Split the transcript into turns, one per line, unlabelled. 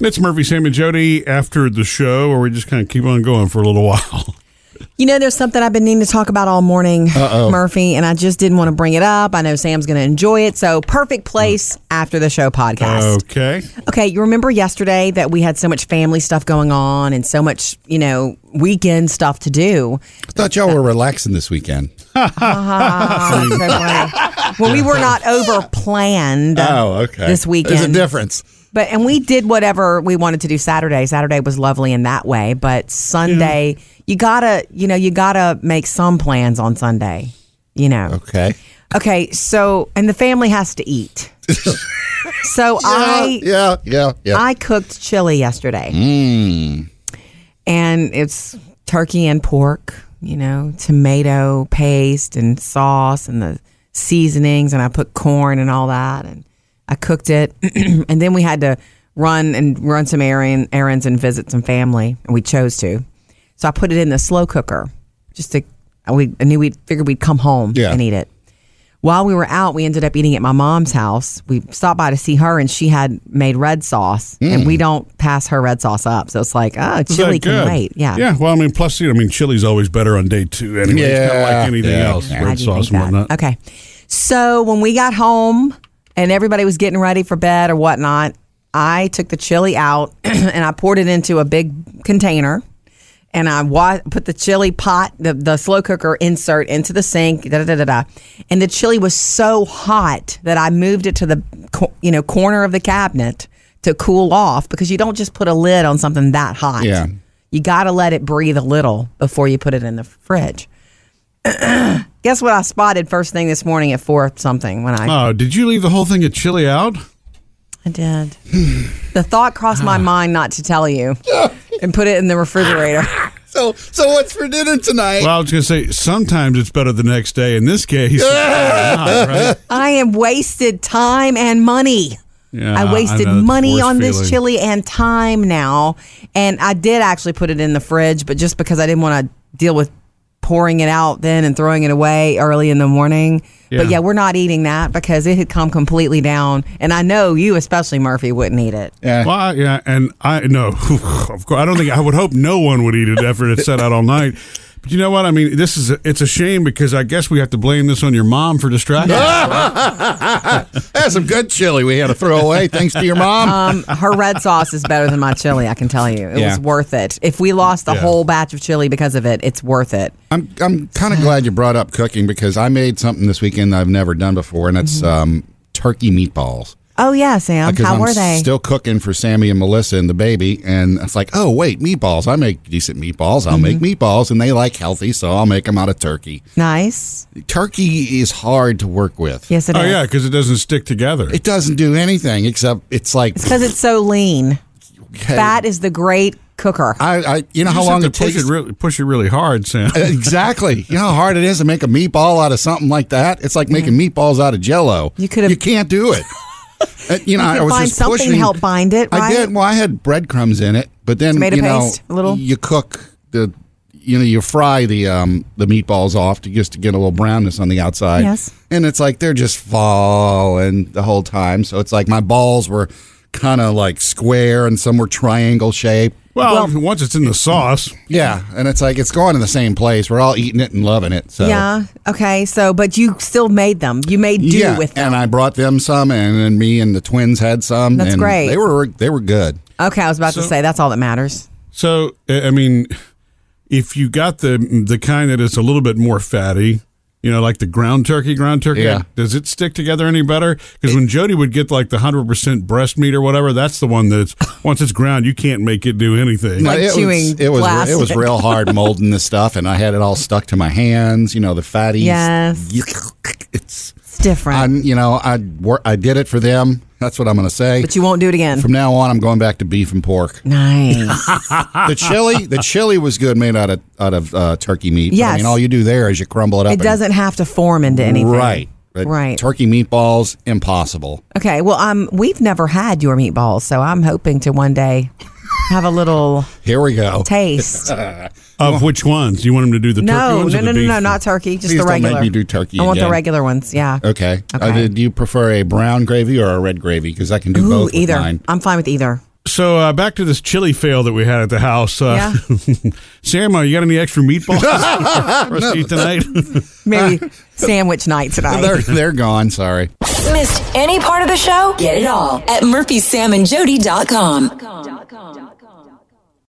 It's Murphy, Sam, and Jody after the show, or we just kind of keep on going for a little while.
You know, there's something I've been needing to talk about all morning, Murphy, and I just didn't want to bring it up. I know Sam's going to enjoy it. So, perfect place
Mm.
after the show podcast.
Okay.
Oh.
Okay, you remember yesterday that we had so much family stuff going on and so much, you know, weekend stuff to do.
I thought y'all were relaxing this weekend.
Oh, so funny. well, we were not over planned.
Oh, okay.
This weekend.
There's a difference.
But and we did whatever we wanted to do Saturday. Saturday was lovely in that way, but Sunday you gotta you know you gotta make some plans on Sunday. You know.
Okay.
Okay, so and the family has to eat. so I
yeah, yeah, yeah.
I cooked chili yesterday, and it's turkey and pork. You know, tomato paste and sauce and the seasonings, and I put corn and all that, and I cooked it, and then we had to run and run some errand, errands and visit some family, and we chose to. So I put it in the slow cooker, just to we I knew we figured we'd come home
Yeah.
and eat it while we were out, we ended up eating at my mom's house. We stopped by to see her, and she had made red sauce, and we don't pass her red sauce up. So it's like, oh,
Is that
chili can
good?
wait. Yeah.
Yeah. Well, I mean, plus, you know, I mean, chili's always better on day two anyway. It's not
Yeah,
like anything
yeah.
else,
Glad
red
you think
sauce and
that.
whatnot.
Okay. So when we got home and everybody was getting ready for bed or whatnot, I took the chili out and I poured it into a big container. And I wa- put the chili pot, the, the slow cooker insert into the sink, da, da da da da. And the chili was so hot that I moved it to the co- you know corner of the cabinet to cool off because you don't just put a lid on something that hot.
Yeah.
You got to let it breathe a little before you put it in the fridge. Guess what I spotted first thing this morning at four something when I
Oh, did you leave the whole thing of chili out?
I did. the thought crossed my mind not to tell you and put it in the refrigerator.
so so what's for dinner tonight?
Well, I was going to say, sometimes it's better the next day. In this case, not, right?
I am wasted time and money.
Yeah,
I wasted
know, it's
money
worse
on this
feeling.
chili and time now. And I did actually put it in the fridge, but just because I didn't want to deal with pouring it out then and throwing it away early in the morning. But
Yeah.
yeah, we're not eating that because it had come completely down. And I know you, especially Murphy, wouldn't eat it.
yeah.
Well, I- yeah, and I no, of course, I don't think I would hope no one would eat it after it's set out all night. But you know what? I mean, this is a, it's a shame because I guess we have to blame this on your mom for distracting.
That's some good chili we had to throw away thanks to your mom.
Um, her red sauce is better than my chili. I can tell you, it
Yeah.
was worth it. If we lost a
Yeah.
whole batch of chili because of it, it's worth it.
I'm I'm kind of glad you brought up cooking because I made something this weekend I've never done before and it's um, turkey meatballs.
Oh yeah, Sam. Mm-hmm.
Because
How
I'm
were they?
Still cooking for Sammy and Melissa and the baby, and it's like, oh wait, meatballs. I make decent meatballs. I'll make
Mm-hmm.
meatballs, and they like healthy, so I'll make them out of turkey.
nice.
Turkey is hard to work with.
Yes, it is.
Oh yeah, because it doesn't stick together.
It doesn't do anything except it's like
Because it's so lean.
okay,
Fat is the great cooker.
I, I you know
You
how
just
long
have
it
to push
takes.
it really push it really hard, Sam.
Uh,
exactly. You know how hard it is to make a meatball out of something like that. It's like making meatballs out of Jello.
You could've-
You can't do it. Uh, you know,
You could
I was
find
just
something to
pushing.
help bind it,
I
right?
did. Well, I had breadcrumbs in it, but then
Tomato
you know,
paste, a little?
You cook the, you know, you fry the um the meatballs off to just to get a little brownness on the outside.
Yes.
And it's like they're just falling the whole time. So it's like my balls were kind of like square and some were triangle shaped.
Well, once it's in the sauce,
Yeah, and it's like it's going to the same place. We're all eating it and loving it. So
yeah. Okay. So, but you still made them. You made do
yeah,
with them.
and I brought them some, and then me and the twins had some.
That's
and
great.
They were they were good.
okay. I was about to
So-
say that's all that matters.
so I I mean, if you got the the kind that is a little bit more fatty. You know, like the ground turkey, ground turkey.
Yeah.
Does it stick together any better? Because when Jody would get like the hundred percent breast meat or whatever, that's the one that's once it's ground, you can't make it do anything.
Like
it was-
chewing
it was it was
plastic.
real hard molding this stuff, and I had it all stuck to my hands. You know the fatties.
Yes.
It's
It's different.
I you know I wor- I did it for them. That's what I'm gonna say.
but you won't do it again.
From now on, I'm going back to beef and pork.
nice.
The chili, the chili was good, made out of out of uh, turkey meat. But, I
Yes.
mean, all you do there is you crumble it up.
it doesn't have to form into anything.
Right. But
Right.
Turkey meatballs, impossible.
Okay. Well, um, we've never had your meatballs, so I'm hoping to one day have a little
Here we go.
taste.
Of which ones? Do you want him to do the turkey
no, no,
ones?
no,
or the
no,
beef
no, not
ones?
turkey, just
Please
the
don't make
regular.
me do turkey
I want the
again.
regular ones. Yeah.
Okay.
Okay.
Uh, do you prefer a brown gravy or a red gravy? Because I can do
Ooh,
both. with
either.
mine.
I'm fine with either.
So uh, back to this chili fail that we had at the house. Uh, Sam, uh, you got any extra meatballs for us to eat tonight?
Maybe sandwich night tonight.
They're, they're gone. Sorry.
Missed any part of the show? Get it all at murphysamandjody.com.